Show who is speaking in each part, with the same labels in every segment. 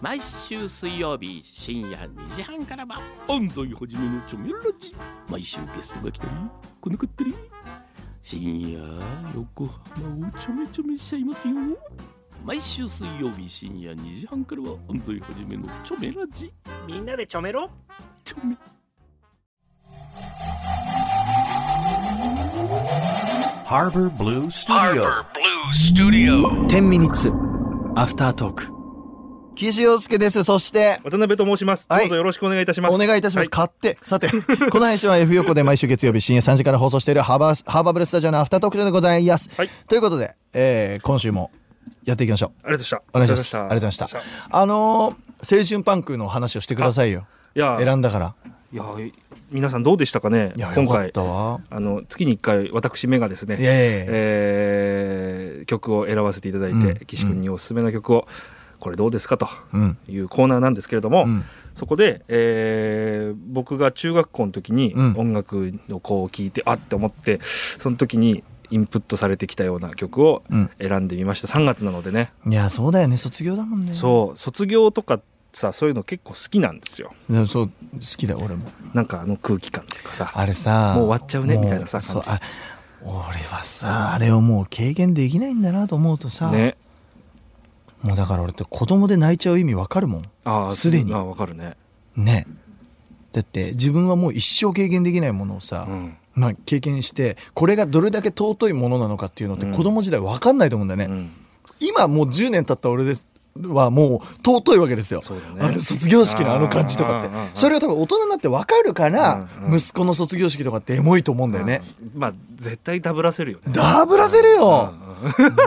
Speaker 1: 毎週水曜日深夜2時半からは安西はじめのチョメラジ毎週ゲストが来たり来なかったり深夜横浜をちょめちょめしちゃいますよ毎週水曜日深夜2時半からは安西はじめのチョメラジ
Speaker 2: みんなでちょめろ
Speaker 1: チョメ
Speaker 3: 10ミニッツアフタートーク岸洋介ですそして
Speaker 4: 渡辺と申します。
Speaker 3: はい
Speaker 4: どうぞよろしくお願いいたします。
Speaker 3: お願いいたします、
Speaker 4: は
Speaker 3: 買ってさて この配信は F 横で毎週月曜日深夜3時から放送しているハーバーハーバーブルスタジオのアフタートークでございます、
Speaker 4: はい
Speaker 3: ということで、えー今週もやっていきましょう
Speaker 4: ありがとう
Speaker 3: お願い
Speaker 4: ございました。
Speaker 3: しますありがとうございましたあのー青春パンクの話をしてくださいよ
Speaker 4: いや、
Speaker 3: 選んだから
Speaker 4: いや、皆さんどうでしたかね
Speaker 3: いや。
Speaker 4: 今
Speaker 3: よかっ
Speaker 4: 回
Speaker 3: た。わ
Speaker 4: あの月に一回私メガですね、
Speaker 3: いやいやいや
Speaker 4: えー曲を選ばせていただいて、
Speaker 3: うん
Speaker 4: 岸君におすすめの曲をこれどうですかと
Speaker 3: うん
Speaker 4: いうコーナーなんですけれども、
Speaker 3: うん
Speaker 4: そこで、えー僕が中学校の時に
Speaker 3: うん
Speaker 4: 音楽をこう聴いて、あって思ってその時にインプットされてきたような曲を
Speaker 3: うん
Speaker 4: 選んでみました3月なのでね、
Speaker 3: いやそうだよね卒業だもんね
Speaker 4: そう卒業とかさそういうの結構好きなんですよ
Speaker 3: でもそう好きだよ俺も
Speaker 4: なんかあの空気感っていうかさ
Speaker 3: あれさ
Speaker 4: もう終わっちゃうね
Speaker 3: も
Speaker 4: みたいなさ
Speaker 3: そう
Speaker 4: 感
Speaker 3: あ俺はさあれをもう軽減できないんだなと思うとさ、
Speaker 4: ね
Speaker 3: もうだから俺って子供で泣いちゃう意味わかるもん
Speaker 4: ああ
Speaker 3: すでに
Speaker 4: あ分かるね
Speaker 3: ねだって自分はもう一生経験できないものをさ、
Speaker 4: うん
Speaker 3: まあ、経験してこれがどれだけ尊いものなのかっていうのって
Speaker 4: うん
Speaker 3: 子供時代わかんないと思うんだよね、
Speaker 4: うん
Speaker 3: 今もう10年経った俺ですはもう尊いわけですよ、
Speaker 4: そうだね
Speaker 3: あの卒業式のあの感じとか
Speaker 4: うんうんうん
Speaker 3: っ
Speaker 4: うん
Speaker 3: てそれを多分大人になってわかるから
Speaker 4: うんうん
Speaker 3: 息子の卒業式とかってエモいと思うんだよね、
Speaker 4: うんまあ絶対ダブらせるよね
Speaker 3: ダブらせるよ、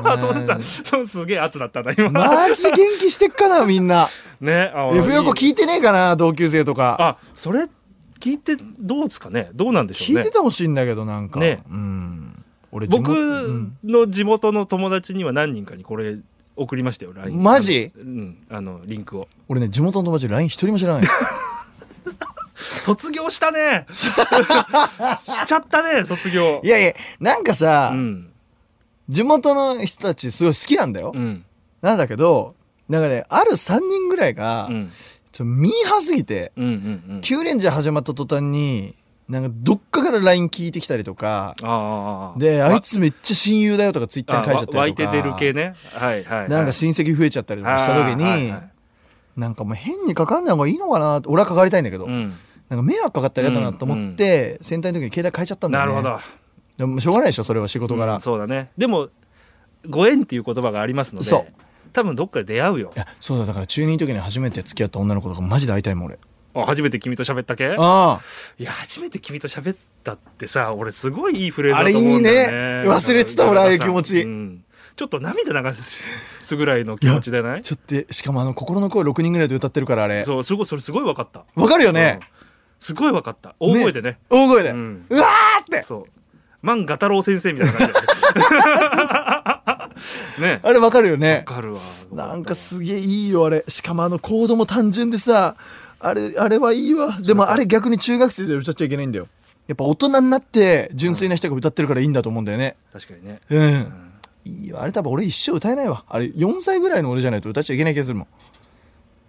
Speaker 4: あ そうさそうすげえ圧だったな今、
Speaker 3: マジ元気してっかなみん な
Speaker 4: ねあ
Speaker 3: F 横
Speaker 4: い
Speaker 3: 聞いてねえかな同級生とか
Speaker 4: あそれ聞いてどうですかねどうなんでし
Speaker 3: 聞
Speaker 4: ょうね
Speaker 3: いててほしいんだけどなんか、
Speaker 4: ね
Speaker 3: うん俺地
Speaker 4: 僕
Speaker 3: 元うん
Speaker 4: の地元の友達には何人かにこれ送りましたよ LINE
Speaker 3: マジ
Speaker 4: うんあのリンクを
Speaker 3: 俺ね地元の友達 LINE 一人も知らない
Speaker 4: 卒業し たねしちゃったね卒業
Speaker 3: いやいやなんかさ、
Speaker 4: うん
Speaker 3: 地元の人たちすごい好きなんだよ、
Speaker 4: うん
Speaker 3: なんだけどなんかねある3人ぐらいが、
Speaker 4: うん
Speaker 3: ちょっとミーハーすぎて
Speaker 4: うんうんうん
Speaker 3: 9レンジャー始まった途端になんかどっかから LINE 聞いてきたりとか
Speaker 4: ああああ
Speaker 3: であい
Speaker 4: わ
Speaker 3: つめっちゃ親友だよとかツイッターに返しちゃったりと
Speaker 4: あ
Speaker 3: か
Speaker 4: わ湧いて出る系ねはいはいはい
Speaker 3: なんか親戚増えちゃったりとかした時に、
Speaker 4: あーはいはい
Speaker 3: なんかもう変にかかんない方がいいのかなって俺はかかりたいんだけど、
Speaker 4: うん
Speaker 3: なんか迷惑かかったら嫌だなと思って、戦隊の時に携帯変えちゃったんだ
Speaker 4: な
Speaker 3: よ、
Speaker 4: る
Speaker 3: ね、
Speaker 4: ほど
Speaker 3: でもしょうがないでしょそれは仕事柄、
Speaker 4: うんそうだねでもご縁っていう言葉がありますので
Speaker 3: そう
Speaker 4: 多分どっかで出会うよ
Speaker 3: いやそうだだから中2の時に初めて付き合った女の子とかマジで会いたいもん俺
Speaker 4: あ初めて君と喋ったけ
Speaker 3: あ
Speaker 4: いや初めて君と喋ったってさ俺すごいいいフレー
Speaker 3: ああ
Speaker 4: ズだ
Speaker 3: れ
Speaker 4: と
Speaker 3: い
Speaker 4: 思う
Speaker 3: い
Speaker 4: んだよ
Speaker 3: ね
Speaker 4: ね
Speaker 3: 忘れてた俺ああいう気持ち、
Speaker 4: うんちょっと涙流すぐらいの気持ちでない
Speaker 3: ちょっとしかもあの心の声6人ぐらいで歌ってるからあれ
Speaker 4: そうすごいそれすごい分かった
Speaker 3: わかるよね
Speaker 4: うん、すごい分かった大声でね
Speaker 3: 大声で、う
Speaker 4: うん
Speaker 3: わーって
Speaker 4: そう万ガタロウ先生みたいな感じだった ね
Speaker 3: あれわかるよ
Speaker 4: わ
Speaker 3: ね
Speaker 4: かるわ
Speaker 3: なんかすげえいいよあれしかもあのコードも単純でさあれあれはいいわでもあれ逆に中学生で歌っちゃいけないんだよやっぱ大人になって純粋な人が歌ってるからいいんだと思うんだよね
Speaker 4: 確かにね
Speaker 3: うん、いいよあれ多分俺一生歌えないわあれ4歳ぐらいの俺じゃないと歌っちゃいけない気がするもん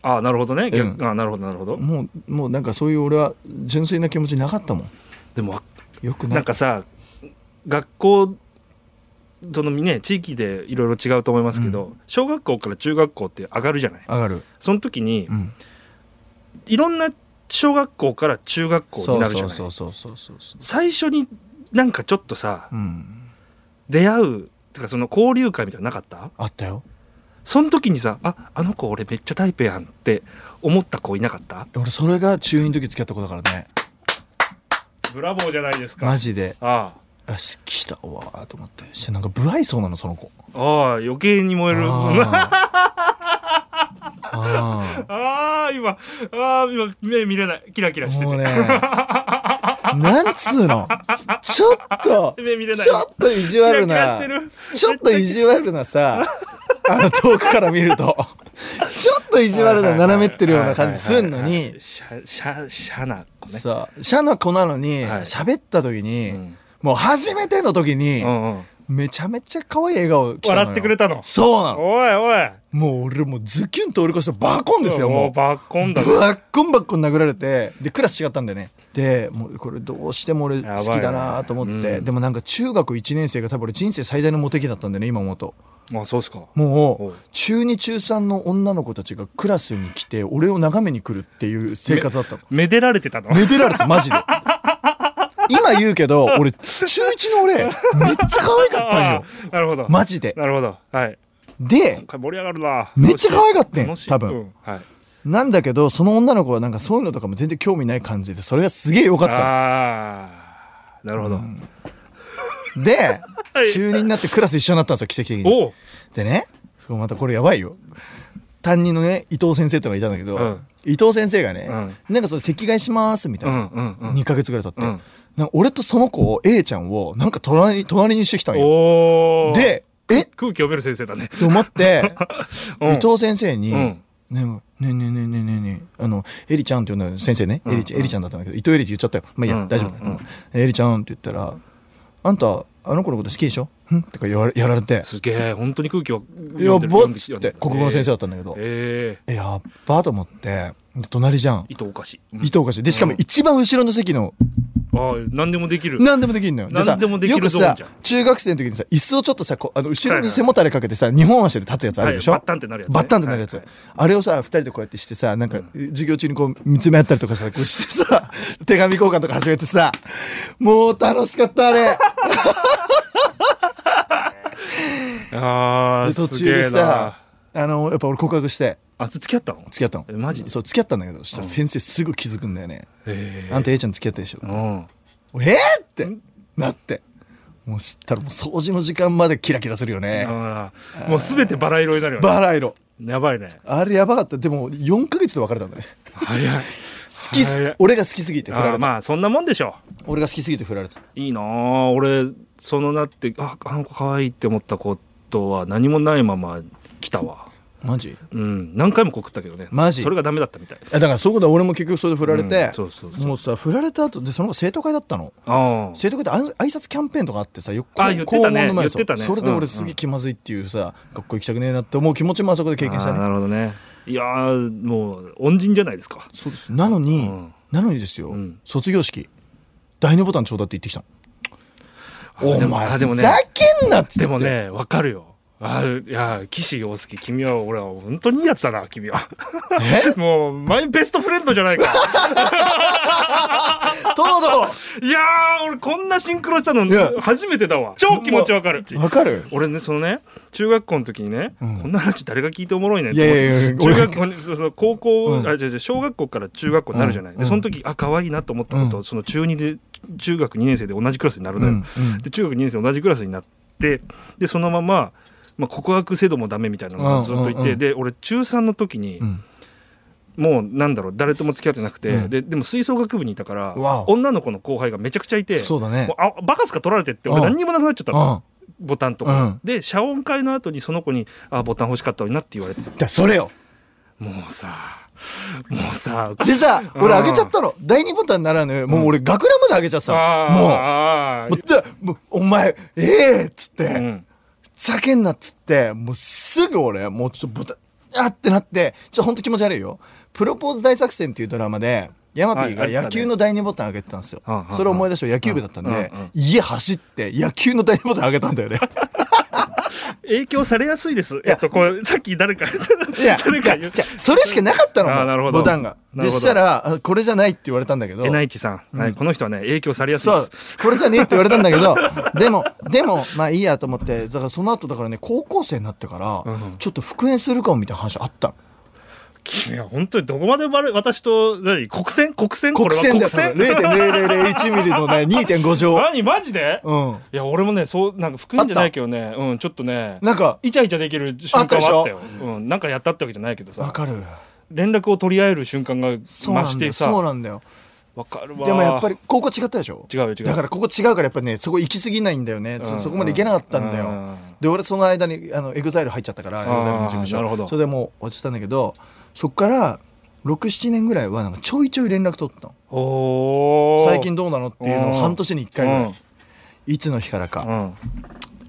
Speaker 4: ああなるほどね、逆
Speaker 3: うん
Speaker 4: ああなるほどなるほど
Speaker 3: もうもうなんかそういう俺は純粋な気持ちなかったもん
Speaker 4: でもわ
Speaker 3: よくない
Speaker 4: なんかさ学校そのね地域でいろいろ違うと思いますけど、小学校から中学校って上がるじゃない
Speaker 3: 上がる、
Speaker 4: その時に
Speaker 3: うん、
Speaker 4: いろんな小学校から中学校
Speaker 3: そ
Speaker 4: に
Speaker 3: う
Speaker 4: なるじゃ
Speaker 3: そ
Speaker 4: ないう
Speaker 3: そうそうそうそうそ
Speaker 4: 最初になんかちょっとさ
Speaker 3: ううん
Speaker 4: 出会うてかその交流会みたいなのなかった
Speaker 3: あったよ
Speaker 4: その時にさああの子俺めっちゃタイプやんって思った子いなかった
Speaker 3: 俺それが中2の時付き合った子だからね
Speaker 4: ブラボーじゃないですか
Speaker 3: マジで
Speaker 4: あ
Speaker 3: あ好きだわーと思ってしてなんか不愛想なのその子
Speaker 4: あああ余計に燃える
Speaker 3: あーあ
Speaker 4: ああ今ああ今目見れないキラキラし
Speaker 3: ー
Speaker 4: て
Speaker 3: もう
Speaker 4: て、
Speaker 3: ねなんつうのちょっと
Speaker 4: 目見れない
Speaker 3: ちょっと意地悪
Speaker 4: キラキラ
Speaker 3: な
Speaker 4: してる
Speaker 3: ちょっと意地悪なさあの遠くから見るとちょっと意地悪な斜めってるような感じすんの
Speaker 4: はいはいはいは
Speaker 3: に
Speaker 4: いシャシャシャな子ね
Speaker 3: さシャの子なのに
Speaker 4: はい
Speaker 3: 喋った時に、
Speaker 4: うん
Speaker 3: もう初めての時に、
Speaker 4: うんうん
Speaker 3: めちゃめちゃ可愛い笑顔来たのよ
Speaker 4: 笑ってくれたの
Speaker 3: そうなの
Speaker 4: おいおい
Speaker 3: もう俺もうズキュンと俺こそバコンですよもう
Speaker 4: バッコンだね
Speaker 3: バッコンバッコン殴られてでクラス違ったんだよねでもうこれどうしても俺
Speaker 4: やば
Speaker 3: 好
Speaker 4: い
Speaker 3: きだなと思っ
Speaker 4: ね
Speaker 3: て、
Speaker 4: うん
Speaker 3: でもなんか中学1年生が多分俺人生最大のモテ期だったんだよね今思うと
Speaker 4: あそうっすかお
Speaker 3: も
Speaker 4: う
Speaker 3: う中2中3の女の子たちがクラスに来て俺を眺めに来るっていう生活だったの
Speaker 4: めでられてたの
Speaker 3: めでられたマジで今言うけど俺中1の俺めっちゃ可愛かったん
Speaker 4: あ
Speaker 3: よ
Speaker 4: ーなるほど
Speaker 3: マジで
Speaker 4: なるほどはい
Speaker 3: で
Speaker 4: 今回盛り上がるな
Speaker 3: めっちゃ可愛かったよ
Speaker 4: 楽しい
Speaker 3: 多分
Speaker 4: うんはい
Speaker 3: なんだけどその女の子はなんかそういうのとかも全然興味ない感じでそれがすげえ良かった
Speaker 4: あーなるほど
Speaker 3: ので
Speaker 4: はい
Speaker 3: 中2になってクラス一緒になったんですよ奇跡的に
Speaker 4: おう
Speaker 3: でねそうまたこれやばいよ担任のね伊藤先生とかいたんだけど、
Speaker 4: うん
Speaker 3: 伊藤先生がね、
Speaker 4: う
Speaker 3: なんかそれ席替えしますみた
Speaker 4: う
Speaker 3: い
Speaker 4: ん
Speaker 3: な、
Speaker 4: うんうん
Speaker 3: 2ヶ月ぐらい経って、
Speaker 4: うん
Speaker 3: なんか俺とその子を A ちゃんをなんか隣に隣にしてきたんよ
Speaker 4: おお
Speaker 3: でえっ
Speaker 4: 空気読める先生だね
Speaker 3: と思って
Speaker 4: うん
Speaker 3: 伊藤先生に、
Speaker 4: うん
Speaker 3: ねねねねねねねねあのエリちゃんって呼んだの先生ね、エリちゃんエリちゃんだったんだけど伊藤エリって言っちゃったよまあいいや、
Speaker 4: うん
Speaker 3: 大丈夫だ、
Speaker 4: うんうん
Speaker 3: エリちゃんって言ったら「あんたあの子のこと好きでしょん?」とか言われやられて
Speaker 4: すげえ本当に空気は読
Speaker 3: 「
Speaker 4: んでる
Speaker 3: やば
Speaker 4: 読
Speaker 3: っ
Speaker 4: ん」で
Speaker 3: つ
Speaker 4: 読
Speaker 3: っ
Speaker 4: んで
Speaker 3: て
Speaker 4: る
Speaker 3: 国語の先生だったんだけど「
Speaker 4: ええ
Speaker 3: えやっば」と思ってで隣じゃん
Speaker 4: 伊藤おかしいうん
Speaker 3: 伊藤おかしいでしかも一番後ろの席の
Speaker 4: ああ何でもできる
Speaker 3: 何でもできるのよでさ
Speaker 4: 何でもでき
Speaker 3: よ
Speaker 4: る
Speaker 3: く
Speaker 4: ゾーン
Speaker 3: さ
Speaker 4: じゃん
Speaker 3: 中学生の時にさ椅子をちょっとさこうあの後ろに背もたれかけてさ二本足で立つやつあるでしょ、
Speaker 4: はいバッタンってなるやつね
Speaker 3: バッタンってなるやつ、
Speaker 4: はい
Speaker 3: あれをさ二人でこうやってしてさなんか授業中にこう見つめ合ったりとかさこうしてさ 手紙交換とか始めてさもう楽しかったあれ
Speaker 4: ああ
Speaker 3: で途中でさあのやっぱ俺告白して
Speaker 4: あ付き合ったの
Speaker 3: 付き合ったの
Speaker 4: えマジで
Speaker 3: そう付き合ったんだけどそしたら先生すぐ気づくんだよね、
Speaker 4: え
Speaker 3: あんた A ちゃん付き合ったでしょ
Speaker 4: えうん
Speaker 3: えー、ってなってもう知ったらもう掃除の時間までキラキラするよね
Speaker 4: あーもうすべてバラ色になるよね
Speaker 3: バラ色
Speaker 4: やばいね
Speaker 3: あれやばかったでも4ヶ月で別れたんだね
Speaker 4: 早い
Speaker 3: 好き
Speaker 4: は
Speaker 3: す
Speaker 4: い
Speaker 3: 俺が好きすぎて振られ
Speaker 4: あ
Speaker 3: た、
Speaker 4: ーまあそんなもんでしょ
Speaker 3: 俺が好きすぎて振られた
Speaker 4: いいなあ俺そのなってああの子可愛いって思ったことは何もないまま来たわ
Speaker 3: マジ
Speaker 4: うん何回も告ったけどね
Speaker 3: マジ
Speaker 4: それがダメだったみたい
Speaker 3: だからそういうことは俺も結局それで振られて、
Speaker 4: うんそうそうそう
Speaker 3: もうさ振られた後でその後生徒会だったの
Speaker 4: ああ
Speaker 3: 生徒会ってあん挨拶キャンペーンとかあってさよ
Speaker 4: あ言ってたね
Speaker 3: 前そう
Speaker 4: 言ってたね
Speaker 3: それで
Speaker 4: うんう
Speaker 3: 俺
Speaker 4: ん
Speaker 3: すげえ気まずいっていうさ、学校行きたくねえなって思う気持ちもあそこで経験した
Speaker 4: あーな
Speaker 3: ね
Speaker 4: るほどねいやーもう恩人じゃないですか
Speaker 3: そうですなのに、
Speaker 4: うん
Speaker 3: なのにですよ、
Speaker 4: うん
Speaker 3: 卒業式第二ボタンちょうだいって言ってきたのお
Speaker 4: でも
Speaker 3: 前
Speaker 4: あでもね
Speaker 3: ふざけんなっつって
Speaker 4: でもねわかるよあーいやー岸洋介君は俺は本当にいいやつだな君は
Speaker 3: え
Speaker 4: もうマイベストフレンドじゃないか
Speaker 3: とう と
Speaker 4: いやー俺こんなシンクロしたの
Speaker 3: いや
Speaker 4: 初めてだわ超気持ちわかる
Speaker 3: うわかる
Speaker 4: 俺ねそのね中学校の時にね、
Speaker 3: うん
Speaker 4: こんな話誰が聞いておもろいねんっ
Speaker 3: い
Speaker 4: て
Speaker 3: やい
Speaker 4: 思って
Speaker 3: やいや俺
Speaker 4: 中学校にそうそう高校、
Speaker 3: うん
Speaker 4: あ違う違う小学校から中学校になるじゃない、
Speaker 3: うん
Speaker 4: でその時あ可愛いなと思ったこと
Speaker 3: う
Speaker 4: を、
Speaker 3: ん
Speaker 4: その中2で中学2年生で同じクラスになる
Speaker 3: う
Speaker 4: のよ、
Speaker 3: んうん
Speaker 4: で中学2年生同じクラスになってでそのまま、まあ、告白制度もダメみたいなのがずっといて、
Speaker 3: うんうんうん
Speaker 4: で俺中3の時に、
Speaker 3: うん
Speaker 4: もうなんだろう誰とも付き合ってなくて、
Speaker 3: うん
Speaker 4: ででも吹奏楽部にいたから
Speaker 3: わお
Speaker 4: 女の子の後輩がめちゃくちゃいて
Speaker 3: そうだね
Speaker 4: もうあバカすか取られてって俺
Speaker 3: うん
Speaker 4: 何にもなくなっちゃった
Speaker 3: う
Speaker 4: の。
Speaker 3: ん
Speaker 4: ボタンとか、
Speaker 3: うん
Speaker 4: で謝恩会の後にその子に「あボタン欲しかったのにな」って言われて
Speaker 3: だそれよ
Speaker 4: もうさも うさ
Speaker 3: でさ
Speaker 4: うん
Speaker 3: 俺あげちゃったの第2ボタンならぬもう俺学ランまであげちゃってたの
Speaker 4: あーあ
Speaker 3: もうも
Speaker 4: ー
Speaker 3: うだもうお前ええっつって、
Speaker 4: うん
Speaker 3: ざけんなっつってもうすぐ俺もうちょっとボタンあってなってちょっとほんと気持ち悪いよプロポーズ大作戦っていうドラマでヤマピー
Speaker 4: は
Speaker 3: が
Speaker 4: いあっ
Speaker 3: 野
Speaker 4: たね
Speaker 3: 球の第2ボタンあげてたんですよ、
Speaker 4: うんうんうん
Speaker 3: それを思い出して野球部だったんで、
Speaker 4: うんうん
Speaker 3: 家走って野球の第2ボタンあげたんだ よね
Speaker 4: 影響されやすいですえっとこれさっき誰か
Speaker 3: いや
Speaker 4: 誰か
Speaker 3: い
Speaker 4: 言
Speaker 3: や
Speaker 4: う
Speaker 3: じゃあそれしかなかったの
Speaker 4: あーなる
Speaker 3: も
Speaker 4: ほ
Speaker 3: う
Speaker 4: ど
Speaker 3: ボタンが
Speaker 4: なる
Speaker 3: で
Speaker 4: ほど
Speaker 3: したらあこれじゃないって言われたんだけど
Speaker 4: えないちさん、はい、この人はね影響されやすい
Speaker 3: そ
Speaker 4: で
Speaker 3: う
Speaker 4: す、
Speaker 3: これじゃねえって言われたんだけど、 でも、でも、まあいいやと思って、だからその後、だからね、高校生になってから、
Speaker 4: うん
Speaker 3: ちょっと復縁するかもみたいな話あったの。
Speaker 4: 君は本当にどこまでバレ私と何国戦国戦こ
Speaker 3: 国
Speaker 4: れは
Speaker 3: 線
Speaker 4: 国
Speaker 3: だよ、
Speaker 4: 戦
Speaker 3: 0.0001ミリのね、2.5乗。
Speaker 4: 何マジで、い
Speaker 3: うん。
Speaker 4: や俺もねそうなんか服んじゃないけどねうんちょっとね
Speaker 3: なんか、
Speaker 4: イチャイチャできる瞬間はあったようん、なんかやったってわけじゃないけど
Speaker 3: わ
Speaker 4: さ
Speaker 3: かる。
Speaker 4: 連絡を取り合える瞬間が
Speaker 3: そう
Speaker 4: 増
Speaker 3: な
Speaker 4: し
Speaker 3: んだ
Speaker 4: て
Speaker 3: よ。
Speaker 4: さ
Speaker 3: そう
Speaker 4: わ
Speaker 3: なんだよ。
Speaker 4: かるわ
Speaker 3: でもやっぱり、高校違ったでしょ
Speaker 4: 違うよ違う
Speaker 3: だからここ違うからやっぱねそこ行き過ぎないんだよね、そ
Speaker 4: うん
Speaker 3: そこまで行けなかったんだよ、
Speaker 4: うん
Speaker 3: で俺その間にあのエグザイル入っちゃったからエ
Speaker 4: あ
Speaker 3: グ
Speaker 4: ー
Speaker 3: ザイルの事務所
Speaker 4: なるほど
Speaker 3: それでもう落ちたんだけどそっから67年ぐらいはなんかちょいちょい連絡取ったの
Speaker 4: おー
Speaker 3: 最近どうなのっていうのを
Speaker 4: うん
Speaker 3: 半年に1回ぐら
Speaker 4: うん
Speaker 3: いいつの日からか
Speaker 4: うん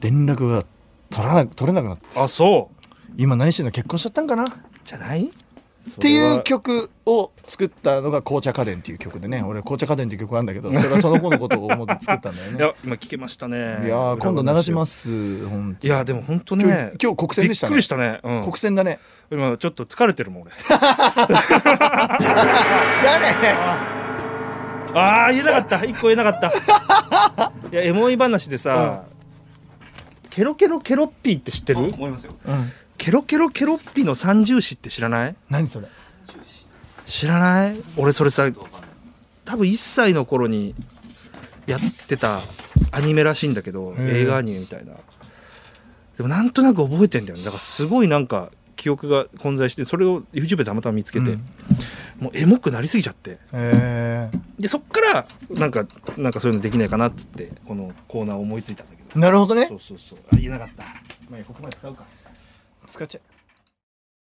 Speaker 3: 連絡が取らな取れなくなって
Speaker 4: あそう
Speaker 3: 今何してんの結婚しちゃったんかなっ
Speaker 4: じゃないって
Speaker 3: いう曲を作ったのが「紅茶家電」っていう曲でね俺「紅茶家電」っていう曲あるんだけどそれはその子のことを思って作ったんだよ
Speaker 4: い
Speaker 3: ね
Speaker 4: や今聞けましたね
Speaker 3: いやー今度流しますすほんと
Speaker 4: いやでも本当
Speaker 3: 今
Speaker 4: ね
Speaker 3: 日今日国選でした
Speaker 4: びっく
Speaker 3: ね
Speaker 4: りしたね、うん、
Speaker 3: 国選だね
Speaker 4: 今ちょっと疲れてるもん俺
Speaker 3: じゃあね
Speaker 4: ああ言えなかった一個言えなかったいやエモい話でさ、ケロケロケロッピーって知ってる
Speaker 2: 思いますよ
Speaker 3: うん
Speaker 4: ケロケロケロッピーの三重詞って知らない
Speaker 3: 何それ
Speaker 4: 知らない俺それさ多分1歳の頃にやってたアニメらしいんだけど
Speaker 3: へー
Speaker 4: 映画アニメみたいなでもなんとなく覚えてんだよねだからすごいなんか記憶が混在してそれを YouTube でたまたま見つけて、
Speaker 3: うん
Speaker 4: もうエモくなりすぎちゃって
Speaker 3: え
Speaker 4: でそっからなんかなんかそういうのできないかなっつってこのコーナーを思いついたんだけど
Speaker 3: ーなるほどね
Speaker 4: そうそうそうあ言えなかったまあいいやここまで使うか
Speaker 3: 使っちゃえ